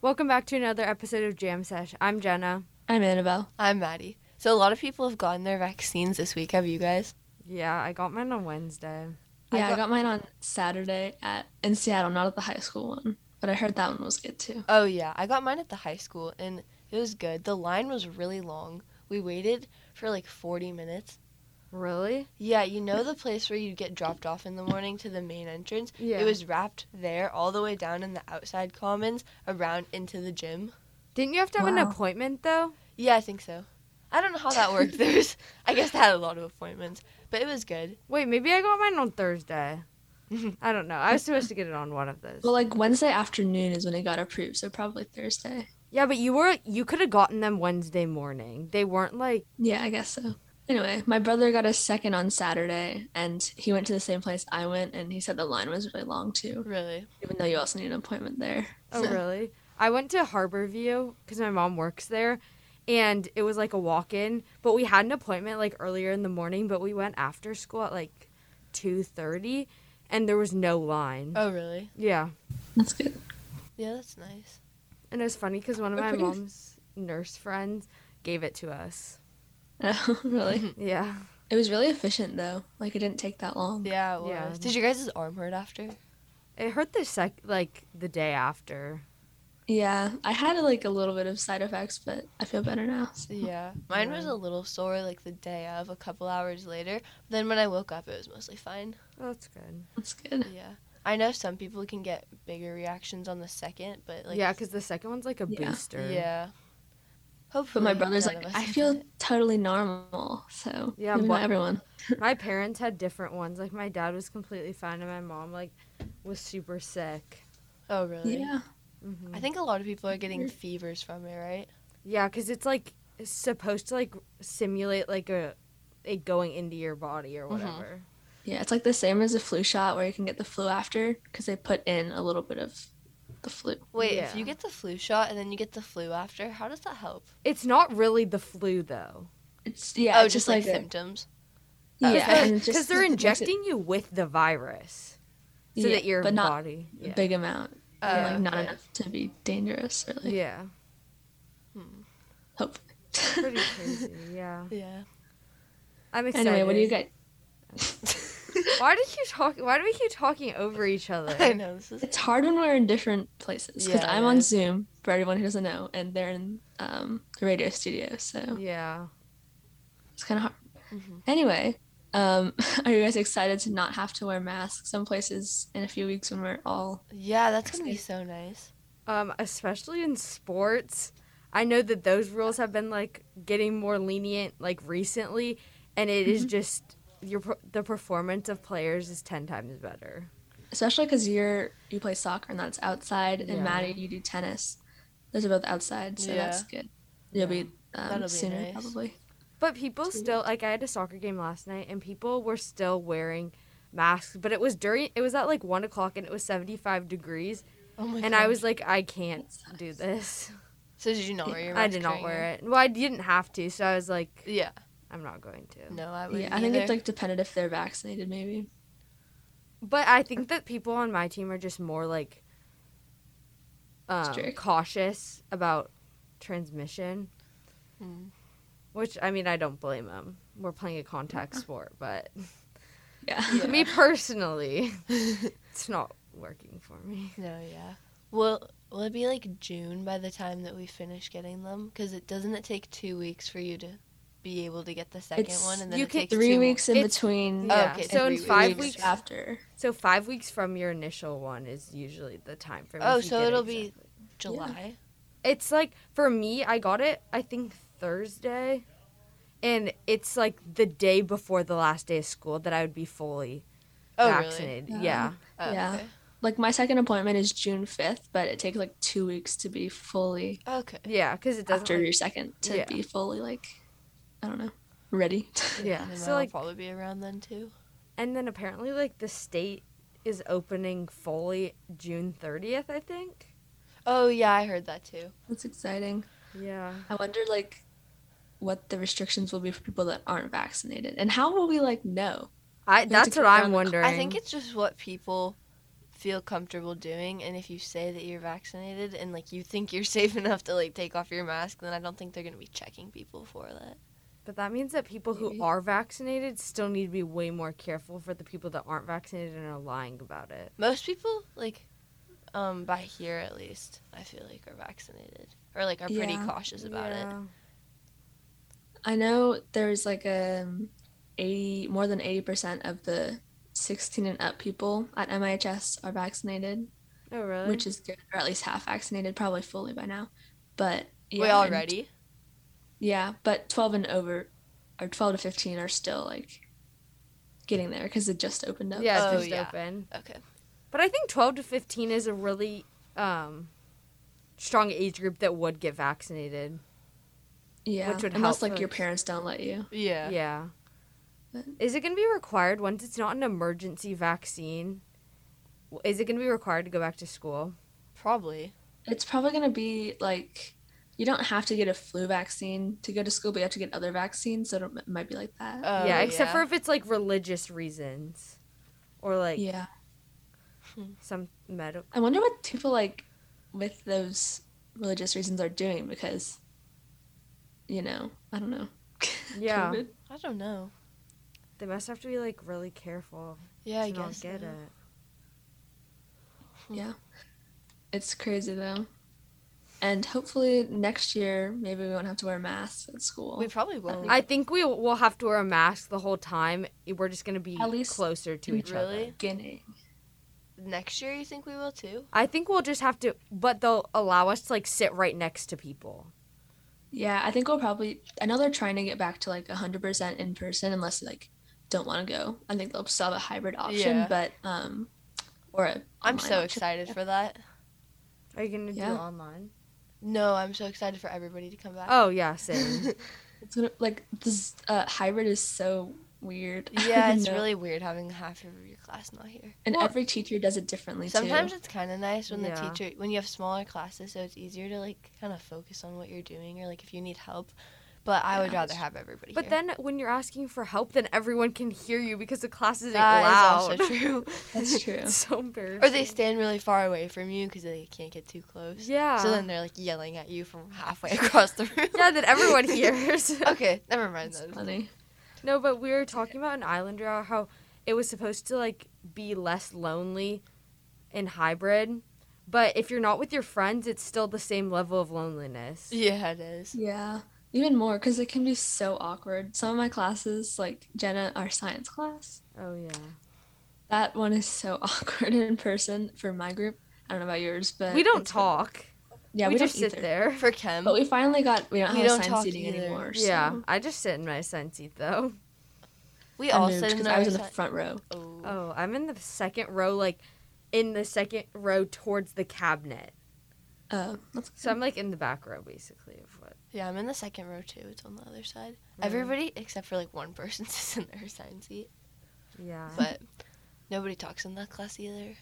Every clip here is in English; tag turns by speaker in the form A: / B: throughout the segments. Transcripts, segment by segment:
A: Welcome back to another episode of Jam Sesh. I'm Jenna.
B: I'm Annabelle.
C: I'm Maddie. So a lot of people have gotten their vaccines this week. Have you guys?
A: Yeah, I got mine on Wednesday.
C: I
B: Yeah, I got,
C: got-
B: mine on Saturday at in Seattle, not at the high school one, but I heard that one was good too.
C: Oh yeah, I got mine at the high school and it was good. The line was really long. We waited for like 40 minutes.
A: Really?
C: Yeah, you know the place where you get dropped off in the morning to the main entrance?
A: Yeah.
C: It was wrapped there all the way down in the outside commons around into the gym.
A: Didn't you have to have an
B: Wow.
A: appointment though?
C: Yeah, I think so. I don't know how that worked. There's I guess they had a lot of appointments, but it was good.
A: Wait, maybe I got mine on Thursday. I don't know. I was supposed to get it on one of those.
B: Well, like Wednesday afternoon is when it got approved, so probably Thursday.
A: Yeah, but you were you could have gotten them Wednesday morning. They weren't like
B: Yeah, I guess so. Anyway, my brother got a second on Saturday, and he went to the same place I went, and he said the line was really long too,
C: Really.
B: even though you also need an appointment there.
A: Oh,
B: So-
A: really? I went to Harborview because my mom works there, and it was like a walk in. But we had an appointment like earlier in the morning, but we went after school at like two thirty, and there was no line.
C: Oh, really?
A: Yeah,
B: That's good.
C: Yeah, that's nice.
A: and it was funny because one of
B: Oh,
A: my
B: pretty.
A: mom's nurse friends gave it to us.
B: Oh, really?
A: Yeah,
B: it was really efficient though. Like it didn't take that long.
C: Yeah, it was.
A: Yeah.
C: Did your guys' arm hurt after?
A: it hurt the sec like the day after.
B: Yeah, I had like a little bit of side effects, but I feel better now.
C: Yeah. Mine was
A: Yeah.
C: a little sore like the day of, a couple hours later. But then when I woke up, it was mostly fine.
A: Oh, that's good.
B: That's good.
C: Yeah. I know some people can get bigger reactions on the second, but like
A: yeah, because the second one's like a
B: Yeah.
A: booster.
C: Yeah.
B: But
C: Hopefully.
B: my brother's
C: none
B: like,
C: of us
B: I
C: have
B: feel
C: it."
B: totally normal. So
A: Yeah,
B: yeah, maybe
A: but-
B: not everyone.
A: My parents had different ones. Like my dad was completely fine, and my mom like was super sick.
C: Oh really?
B: Yeah,
A: Mm-hmm.
C: I think a lot of people are getting fevers from it, right?
A: Yeah, because it's like it's supposed to like simulate like a it going into your body
B: Mm-hmm.
A: or whatever.
B: yeah. It's like the same as a flu shot where you can get the flu after because they put in a little bit of the flu.
C: Wait,
A: Yeah.
C: if you get the flu shot and then you get the flu after, how does that help?
A: It's not really the flu though,
B: It's yeah,
C: oh,
B: it's
C: just,
B: just,
C: like,
B: like, a-
C: symptoms.
B: yeah, and it
A: because
B: just-
A: they're
B: it makes it-
A: injecting you with the virus so
B: yeah,
A: that your
B: but not
A: body.
B: a
A: Yeah.
B: big amount, and,
C: Oh,
B: like not
C: okay.
B: enough to be dangerous. Really,
A: yeah,
B: hopefully.
A: pretty crazy. Yeah,
C: Yeah.
A: I'm excited.
B: anyway, what do you guys?
A: Why did you talk? Why do we keep talking over each
C: I
A: other?
C: know this is
B: It's hard when we're in different places because
C: Yeah,
B: I'm
C: it
B: on
C: is.
B: Zoom for everyone who doesn't know, and they're in um, the radio studio, so
A: yeah,
B: it's kind of hard.
C: Mhm.
B: Anyway, um, are you guys excited to not have to wear masks some places in a few weeks when we're all?
C: Yeah, that's gonna be so nice.
A: um, especially in sports. I know that those rules have been like getting more lenient like recently, and it is just your per- the performance of players is ten times better.
B: Especially because you're you play soccer and that's outside, and
A: Yeah.
B: Maddie you do tennis. Those are both outside, so
C: Yeah.
B: that's good. You'll
A: Yeah.
B: be
C: That'll
B: um,
C: be
B: sooner
C: nice.
B: probably.
A: But people still like I had a soccer game last night, and people were still wearing masks. But it was during it was at like one o'clock, and it was seventy five degrees,
C: Oh my
A: and I was like, I can't do this.
C: So did you not wear your?
A: I did not wear it. Well, I didn't have to, so I was like,
C: Yeah.
A: I'm not going to.
C: No, I would.
B: Yeah, I think it's like dependent if they're vaccinated, maybe.
A: But I think that people on my team are just more like um,
B: Strict.
A: cautious about transmission.
C: Mm.
A: Which I mean, I don't blame them. We're playing a contact sport, but
B: Yeah.
C: Yeah.
A: me personally, it's not working for me.
C: No, yeah. Well, will it be like June by the time that we finish getting them? Because it doesn't it take two weeks for you to be able to get the second
B: It's-
C: one, and then
A: you
C: it
A: can-
C: takes two
B: Three
C: more-
B: weeks in
A: It's-
B: between.
C: Oh,
A: yeah.
C: okay,
A: So in
C: three
A: five
C: weeks.
A: weeks,
B: after.
A: so five weeks from your initial one is usually the time frame.
C: Oh,
A: if you
C: so
A: get it
C: it'll be-
A: exactly.
C: July.
A: It's like for me, I got it. I think Thursday, and it's like the day before the last day of school that I would be fully
C: Oh, really?
A: vaccinated.
B: Yeah.
A: Yeah.
C: Oh,
B: Yeah. Like my second appointment is June fifth, but it takes like two weeks to be fully
C: Okay. okay.
A: Yeah, because it doesn't.
B: after
A: like-
B: your second to
A: yeah.
B: be fully like I don't know ready.
A: yeah.
C: And then
A: So
C: mine will
A: like,
C: probably be around then too.
A: and then apparently like the state is opening fully June thirtieth, I think.
C: Oh yeah, I heard that too.
B: That's exciting.
A: Yeah.
B: I wonder like what the restrictions will be for people that aren't vaccinated, and how will we like know?
A: I
B: to
A: that's
B: go
A: what
B: around
A: I'm
B: the- I
A: wondering.
C: I think it's just what people feel comfortable doing and if you say that you're vaccinated and like you think you're safe enough to like take off your mask then i don't think they're going to be checking people for that
A: But that means that people
B: Maybe.
A: who are vaccinated still need to be way more careful for the people that aren't vaccinated and are lying about it.
C: most people like um by here at least i feel like are vaccinated or like are pretty
B: Yeah.
C: cautious about it
B: I know there's like a eighty more than eighty percent of the sixteen and up people at MIHS are vaccinated,
A: Oh, really?
B: which is good, or at least half vaccinated, probably fully by now. But yeah,
C: wait
B: and-
C: already
B: yeah, but twelve and over, or twelve to fifteen are still like getting there because it just opened up.
A: yeah, it's
C: Oh,
A: just
C: yeah.
A: open.
C: okay
A: But I think 12 to 15 is a really um, strong age group that would get vaccinated.
B: yeah.
A: which would
B: unless
A: help
B: like your
A: us.
B: parents don't let you.
C: yeah
A: Yeah.
B: But-
A: Is it going to be required once it's not an emergency vaccine? w- Is it going to be required to go back to school?
C: probably
B: It's probably going to be like you don't have to get a flu vaccine to go to school, but you have to get other vaccines. So it might be like that.
C: Oh,
A: yeah, except for if it's like religious reasons or like
B: yeah.
A: some medical.
B: I wonder what people like with those religious reasons are doing because, you know, I don't know.
A: Yeah.
B: COVID.
C: i don't know
A: They must have to be like really careful
C: yeah i
A: to
C: guess
A: not get
C: so.
A: it.
B: It's crazy though. And hopefully next year, maybe we won't have to wear masks at school.
C: we probably won't
A: I think we will have to wear a mask the whole time. We're just going to be
B: At least-
A: closer to each other.
C: Really?
B: beginning.
C: next year you think we will too
A: I think we'll just have to, but they'll allow us to like sit right next to people.
B: Yeah, I think we'll probably. I know they're trying to get back to like 100% in person unless they like don't want to go. I think they'll still have a hybrid option,
C: Yeah.
B: but um, or a
C: i'm
B: online
C: so
B: option.
C: excited for that
A: Are you gonna
B: Yeah.
A: do online?
C: no i'm so excited for everybody to come back
A: Oh yeah, same.
B: It's gonna, like this uh, hybrid is so weird. I
C: yeah
B: don't
C: it's
B: know.
C: really weird having half of your class not here
B: And
A: Well-
B: every teacher does it differently
C: Sometimes
B: too.
C: it's kind of nice when
A: Yeah.
C: the teacher when you have smaller classes, so it's easier to like kind of focus on what you're doing or like if you need help. But I would
B: Yeah.
C: rather have everybody.
A: but
C: here.
A: then when you're asking for help, then everyone can hear you because the class isn't
C: That is
A: loud.
C: also true.
B: That's true.
A: It's so embarrassing.
C: or they stand really far away from you because they can't get too close.
A: Yeah.
C: So then they're like yelling at you from halfway across the room.
A: yeah, that everyone hears.
C: okay, never mind.
B: It's
C: then.
B: funny.
A: no, but we were talking about an Islander how it was supposed to like be less lonely in hybrid, but if you're not with your friends, it's still the same level of loneliness.
C: Yeah, it is.
B: Yeah, even more because it can be so awkward. Some of my classes, like Jenna, our science class,
A: Oh yeah.
B: that one is so awkward in person for my group. I don't know about yours, but
A: We don't
B: it's-
A: talk.
B: Yeah,
A: we,
B: we,
A: just
B: don't
A: sit
B: either.
A: there.
C: For chem,
B: But we finally got we don't have
C: We Oh, don't
B: assigned
C: talk
B: seating
C: either.
B: anymore. So
A: Yeah, I just sit in my sun seat though.
C: we
B: I
C: all
B: moved
C: sit in
B: 'cause
C: our
B: I was in the
C: si-
B: front row.
C: oh.
A: Oh, I'm in the second row, like in the second row towards the cabinet.
B: Uh,
C: Um,
B: that's
A: So I'm like in the back row basically of what.
C: Yeah, I'm in the second row too. It's on the other side.
B: Mm.
A: Really?
C: Everybody except for like one person sits in their assigned seat.
A: Yeah.
C: but nobody talks in that class either.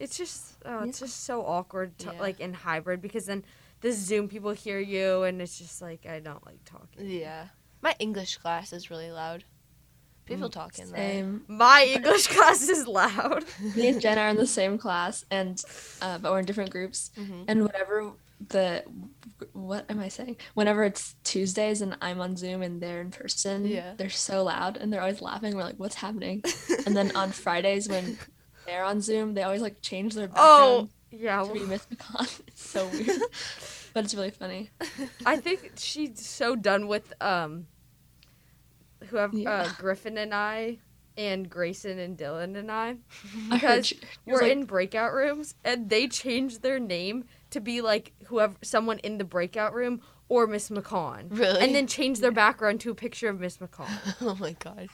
A: It's just oh, it's just so awkward to,
C: Yeah.
A: like in hybrid because then the Zoom people hear you and it's just like I don't like talking.
C: Yeah. My English class is really loud. People
B: Mm,
C: talk in there.
B: same.
A: My English class is loud.
B: Um, Me and Jen are in the same class, and uh, but we're in different groups.
C: Mhm.
B: And whatever the what am I saying? Whenever it's Tuesdays and I'm on Zoom and they're in person,
C: Yeah.
B: they're so loud and they're always laughing. We're like, what's happening? and then on Fridays when they're on Zoom, they always like change their
A: Oh,
B: background
A: yeah.
B: to be
A: well,
B: Miss McCon. It's so weird, but it's really funny.
A: I think she's so done with um whoever uh,
B: Yeah.
A: Griffin and I and Grayson and Dylan and I.
B: I heard
A: Because
B: she- she was
A: were
B: like,
A: in breakout rooms and they changed their name to be like whoever someone in the breakout room or Miss McCon.
C: Really?
A: And then changed their background to a picture of Miss McCon.
C: oh my god,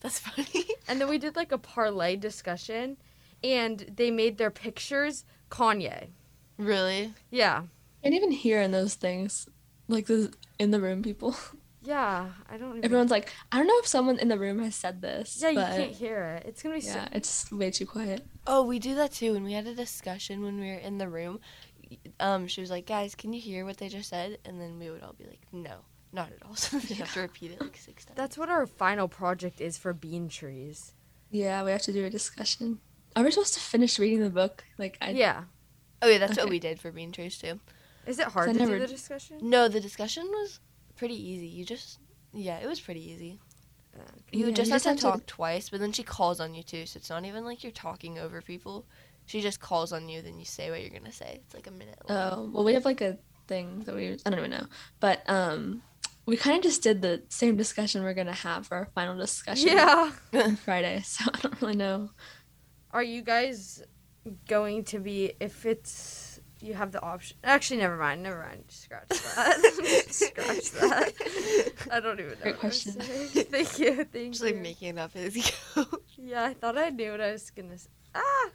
C: that's funny.
A: And then we did like a parlay discussion and they made their pictures Kanye.
C: really?
A: Yeah.
B: And even here in those things, like the in the room people,
A: Yeah. I don't even
B: everyone's like, I don't know if someone in the room has said this.
A: Yeah, you
B: but
A: can't hear it. It's gonna be
B: yeah, it's way too quiet.
C: Oh, we do that too. When we had a discussion when we were in the room, um, she was like, "Guys, can you hear what they just said?" And then we would all be like, "No, not at all." So we have to repeat it like six
A: so
C: times.
A: that's what our final project is for bean trees.
B: Yeah, we have to do a discussion. Are we supposed to finish reading the book? Like, I
A: yeah.
C: Oh yeah, that's what
B: Okay.
C: we did for Bean Trace too.
A: Is it hard
B: I
A: to
B: never-
A: do the discussion?
C: No, the discussion was pretty easy. You just yeah, it was pretty easy. You
B: Uh, Yeah,
C: just
B: you
C: have
B: just
C: to
B: have to-
C: talk twice, but then she calls on you too, so it's not even like you're talking over people. She just calls on you, then you say what you're gonna say. It's like a minute. long.
B: Oh, well, we have like a thing that we, I don't even know. But um, we kind of just did the same discussion we're going to have for our final discussion
A: Yeah.
B: on Friday. So I don't really know.
A: Are you guys going to be if it's you have the option? Actually, never mind. Never mind. Scratch that. Scratch that. I don't even know.
B: Great
A: what I was
B: question.
A: saying. Thank you. Thank
C: Just
A: you.
C: like making it up as you go.
A: yeah, I thought I knew what I was gonna. Say. Ah.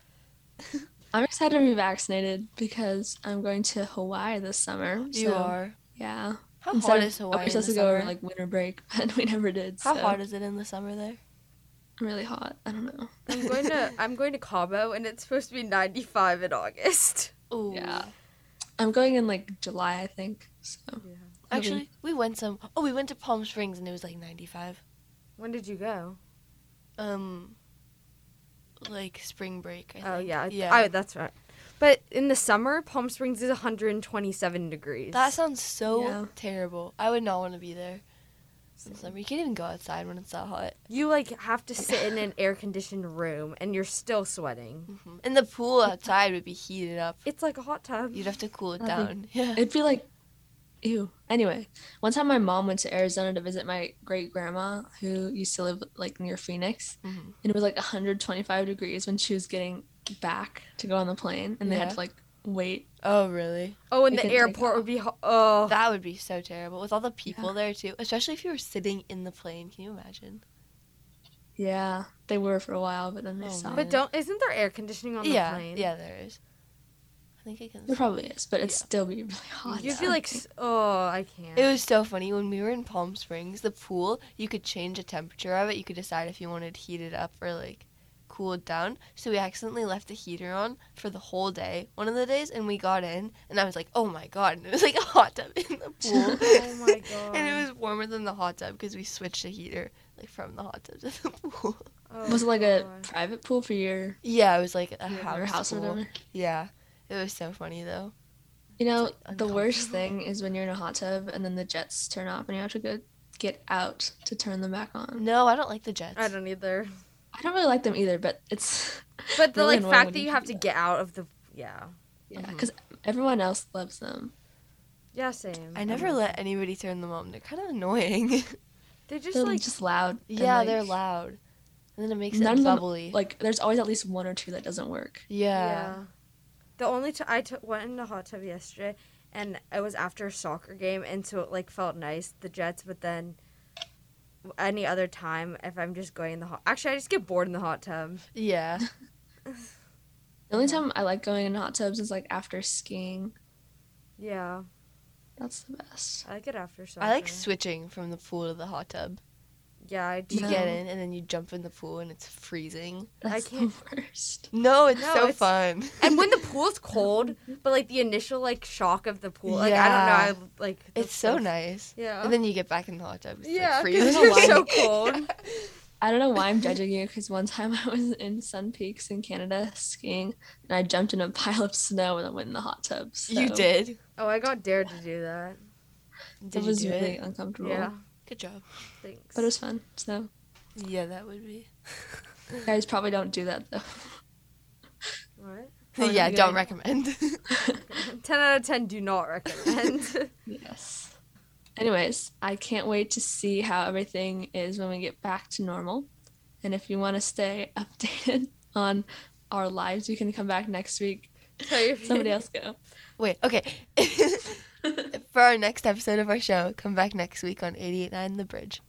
B: I'm excited to be vaccinated because I'm going to Hawaii this summer.
C: You
B: so,
C: are.
B: Yeah.
C: How
B: Instead
C: hot
B: of-
C: is
B: Oh,
C: Hawaii?
B: we're
C: in
B: supposed
C: the
B: to go over
C: summer?
B: like winter break, but we never did.
C: How
B: so
C: hot is it in the summer there?
B: Really hot. I don't know.
A: I'm going to I'm going to Cabo and it's supposed to be 95 in August.
C: Ooh.
B: Yeah. I'm going in like July, I think. So
C: Actually, we went some. Oh, we went to Palm Springs and it was like 95.
A: When did you go?
C: Um, like spring break. I think.
A: Oh yeah,
C: yeah.
A: yeah. Oh, that's right. But in the summer, Palm Springs is 127 degrees.
C: that sounds so
B: Yeah.
C: terrible. I would not want to be there in summer. You can't even go outside when it's that hot.
A: you like have to sit in an air conditioned room and you're still sweating.
C: Mhm. And the pool outside would be heated up.
A: It's like a hot tub.
C: You'd have to cool it
B: That'd
C: down. Yeah.
B: It'd be like, ew. Anyway, one time my mom went to Arizona to visit my great grandma who used to live like near Phoenix,
C: Mhm.
B: and it was like 125 degrees when she was getting back to go on the plane, and they had
C: Yeah.
B: to like wait.
C: Oh, really?
A: oh, and
B: You
A: the
B: can take
A: airport
B: off.
A: would be ho- oh.
C: That would be so terrible with all the people there too. Especially if you were sitting in the plane. Can you imagine?
B: Yeah, they were for a while, but then they
C: Oh,
B: stopped.
A: but don't isn't there air conditioning on
C: yeah.
A: the plane?
C: Yeah, there is. I think I can.
B: There probably is, but it'd
C: Yeah.
B: still be really hot.
A: You'd
B: I
A: be
B: don't
A: like,
B: think.
A: s- oh, I can't.
C: It was so funny when we were in Palm Springs. The pool, you could change the temperature of it. You could decide if you wanted to heat it up or like cool it down. So we accidentally left the heater on for the whole day, one of the days, and we got in, and I was like, "Oh my god!" And it was like a hot tub in the pool.
A: Oh my god.
C: and it was warmer than the hot tub because we switched the heater like from the hot tub to the pool.
A: Oh
B: was it like a
A: God.
B: private pool for your,
C: Yeah, it was like a
B: your
C: house,
B: house, or
C: pool.
B: whatever?
C: Yeah, it was so funny though.
B: You know,
C: It's, like,
B: the worst
C: uncomfortable.
B: thing is when you're in a hot tub and then the jets turn off and you have to go get out to turn them back on.
C: No, I don't like the jets.
A: I don't either.
B: I don't really like them either, but it's
A: But the
B: Really
A: like
B: annoying
A: fact
B: when
A: that
B: you
A: you
B: can
A: have
B: do
A: to
B: that.
A: get out of the yeah
B: yeah,
C: Mhm.
B: because everyone else loves them.
A: yeah same.
C: I never let anybody turn them on. They're kind of annoying.
A: They just
B: They're
A: like
B: just loud. and,
C: Yeah,
B: like,
C: they're loud. And then it makes
B: none
C: it
B: of them-
C: bubbly.
B: Like, there's always at least one or two that doesn't work.
C: yeah.
A: The only t- I took went in the hot tub yesterday, and it was after a soccer game, and so it like felt nice the Jets. But then, any other time, if I'm just going in the hot, actually I just get bored in the hot tub.
C: Yeah.
B: The only time I like going in hot tubs is like after skiing.
A: Yeah,
B: That's the best.
A: I like it after soccer.
C: I like switching from the pool to the hot tub.
A: yeah, I
C: You
A: do.
B: No.
C: get in and then you jump in the pool and it's freezing.
A: I
B: That's
A: can't-
B: the worst.
C: No, it's
A: No,
C: so
A: it's-
C: fun.
A: and when the pool's cold, but like the initial like shock of the pool, like I
C: Yeah.
A: don't know, I like the
C: It's so
A: first-
C: nice.
A: Yeah.
C: And then you get back in the hot tub. It's
A: yeah,
C: like
A: because
C: freezing.
A: you're
B: why.
A: so cold.
B: I don't know why I'm judging you because one time I was in Sun Peaks in Canada skiing and I jumped in a pile of snow and I went in the hot tub.
C: You
B: so
C: did.
A: Oh, I got dared to do that.
C: Did
B: it
C: you
B: was
C: do
B: really
C: it?
B: uncomfortable.
A: Yeah,
C: Good job.
A: thanks.
B: But it was fun. So
C: Yeah, that would be.
B: you guys probably don't do that though.
A: What?
B: Oh,
C: yeah,
B: you
C: don't
B: guys-
C: recommend.
A: Ten out of ten. Do not recommend.
B: yes. Anyways, I can't wait to see how everything is when we get back to normal. And if you want to stay updated on our lives, you can come back next week.
A: Tell your
B: Somebody else go.
C: Wait, okay. For our next episode of our show, come back next week on 889 The Bridge.